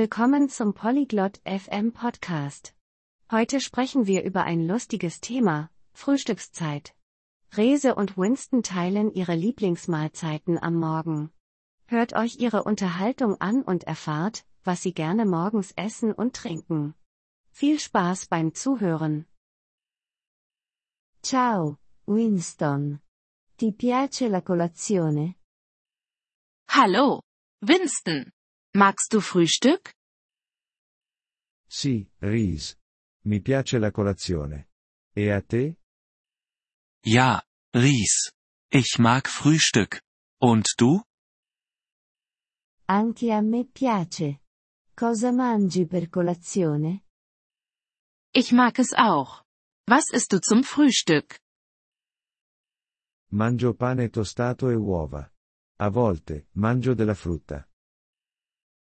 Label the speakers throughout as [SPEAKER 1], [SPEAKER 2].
[SPEAKER 1] Willkommen zum Polyglot FM Podcast. Heute sprechen wir über ein lustiges Thema, Frühstückszeit. Rese und Winston teilen ihre Lieblingsmahlzeiten am Morgen. Hört euch ihre Unterhaltung an und erfahrt, was sie gerne morgens essen und trinken. Viel Spaß beim Zuhören.
[SPEAKER 2] Ciao, Winston. Ti piace la colazione?
[SPEAKER 3] Hallo, Winston. Magst du Frühstück?
[SPEAKER 4] Sì, Reese. Mi piace la colazione. E a te?
[SPEAKER 5] Ja, Ries. Ich mag Frühstück. Und du?
[SPEAKER 2] Anche a me piace. Cosa mangi per colazione?
[SPEAKER 3] Ich mag es auch. Was isst du zum Frühstück?
[SPEAKER 4] Mangio pane tostato e uova. A volte, mangio della frutta.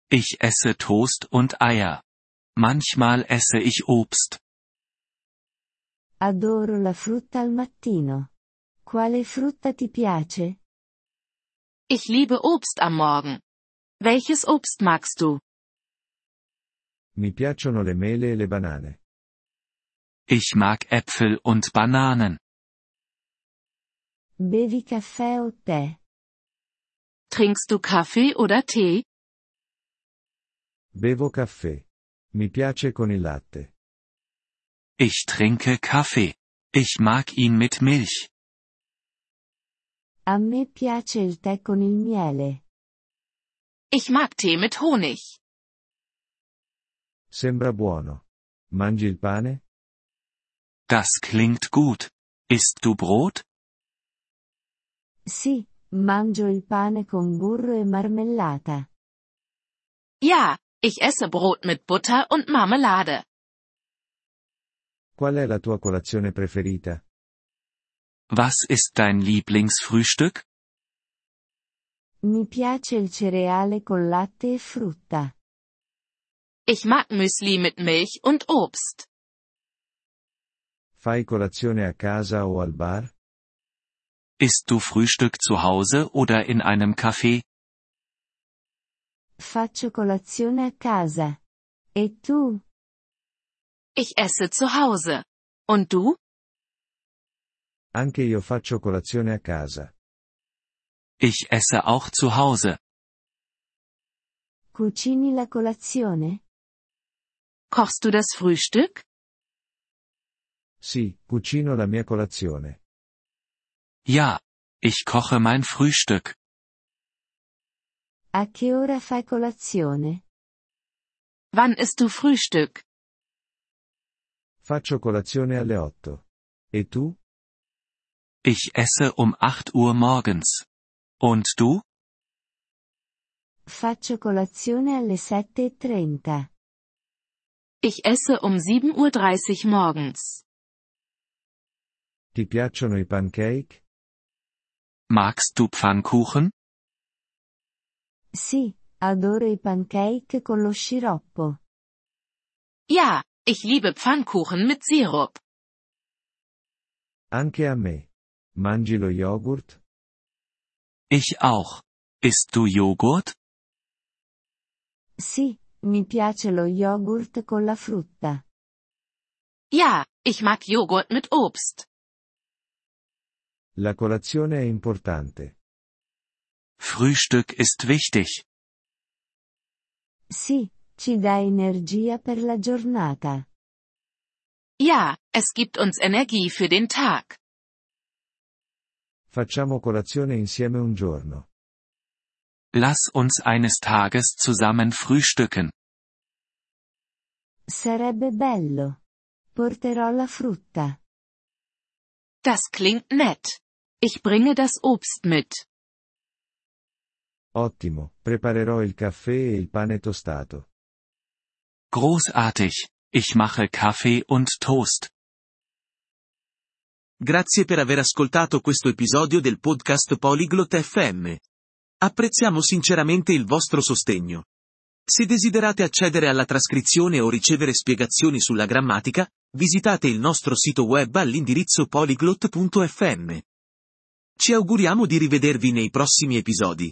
[SPEAKER 5] Ich esse Toast und Eier. Manchmal esse ich Obst.
[SPEAKER 2] Adoro la frutta al mattino. Quale frutta ti piace?
[SPEAKER 3] Ich liebe Obst am Morgen. Welches Obst magst du?
[SPEAKER 4] Mi piacciono le mele e le banane.
[SPEAKER 5] Ich mag Äpfel und Bananen.
[SPEAKER 2] Bevi caffè o tè?
[SPEAKER 3] Trinkst du Kaffee oder Tee?
[SPEAKER 4] Bevo caffè. Mi piace con il latte.
[SPEAKER 5] Ich trinke Kaffee. Ich mag ihn mit Milch.
[SPEAKER 2] A me piace il tè con il miele.
[SPEAKER 3] Ich mag Tee mit Honig.
[SPEAKER 4] Sembra buono. Mangi il pane?
[SPEAKER 5] Das klingt gut. Isst du Brot?
[SPEAKER 2] Sì, mangio il pane con burro e marmellata.
[SPEAKER 3] Ja, ich esse Brot mit Butter und Marmelade.
[SPEAKER 4] Qual è la tua colazione preferita?
[SPEAKER 5] Was ist dein Lieblingsfrühstück?
[SPEAKER 2] Mi piace il cereale con latte e frutta.
[SPEAKER 3] Ich mag Müsli mit Milch und Obst.
[SPEAKER 4] Fai colazione a casa o al bar?
[SPEAKER 5] Isst du Frühstück zu Hause oder in einem Café?
[SPEAKER 2] Faccio colazione a casa. E tu?
[SPEAKER 3] Ich esse zu Hause. Und du?
[SPEAKER 4] Anche io faccio colazione a casa.
[SPEAKER 5] Ich esse auch zu Hause.
[SPEAKER 2] Cucini la colazione?
[SPEAKER 3] Kochst du das Frühstück?
[SPEAKER 4] Sì, cucino la mia colazione.
[SPEAKER 5] Ja, ich koche mein Frühstück.
[SPEAKER 2] A che ora fai colazione?
[SPEAKER 3] Wann isst du Frühstück?
[SPEAKER 4] Faccio colazione alle 8. E tu?
[SPEAKER 5] Ich esse um 8 Uhr morgens. Und du?
[SPEAKER 2] Faccio colazione alle 7.30.
[SPEAKER 3] Ich esse um 7.30 Uhr morgens.
[SPEAKER 4] Ti piacciono i pancake?
[SPEAKER 5] Magst du Pfannkuchen?
[SPEAKER 2] Sì, adoro i pancake con lo sciroppo.
[SPEAKER 3] Ja, ich liebe Pfannkuchen mit Sirup.
[SPEAKER 4] Anche a me. Mangi lo yogurt?
[SPEAKER 5] Ich auch. Isst du Joghurt?
[SPEAKER 2] Sì, mi piace lo yogurt con la frutta.
[SPEAKER 3] Ja, ich mag Joghurt mit Obst.
[SPEAKER 4] La colazione è importante.
[SPEAKER 5] Frühstück ist wichtig.
[SPEAKER 2] Sì, ci dà energia per la giornata.
[SPEAKER 3] Ja, es gibt uns Energie für den Tag.
[SPEAKER 4] Facciamo colazione insieme un giorno.
[SPEAKER 5] Lass uns eines Tages zusammen frühstücken.
[SPEAKER 2] Sarebbe bello. Porterò la frutta.
[SPEAKER 3] Das klingt nett. Ich bringe das Obst mit.
[SPEAKER 4] Ottimo, preparerò il caffè e il pane tostato.
[SPEAKER 5] Großartig. Ich mache Kaffee und Toast.
[SPEAKER 6] Grazie per aver ascoltato questo episodio del podcast Polyglot FM. Apprezziamo sinceramente il vostro sostegno. Se desiderate accedere alla trascrizione o ricevere spiegazioni sulla grammatica, visitate il nostro sito web all'indirizzo polyglot.fm. Ci auguriamo di rivedervi nei prossimi episodi.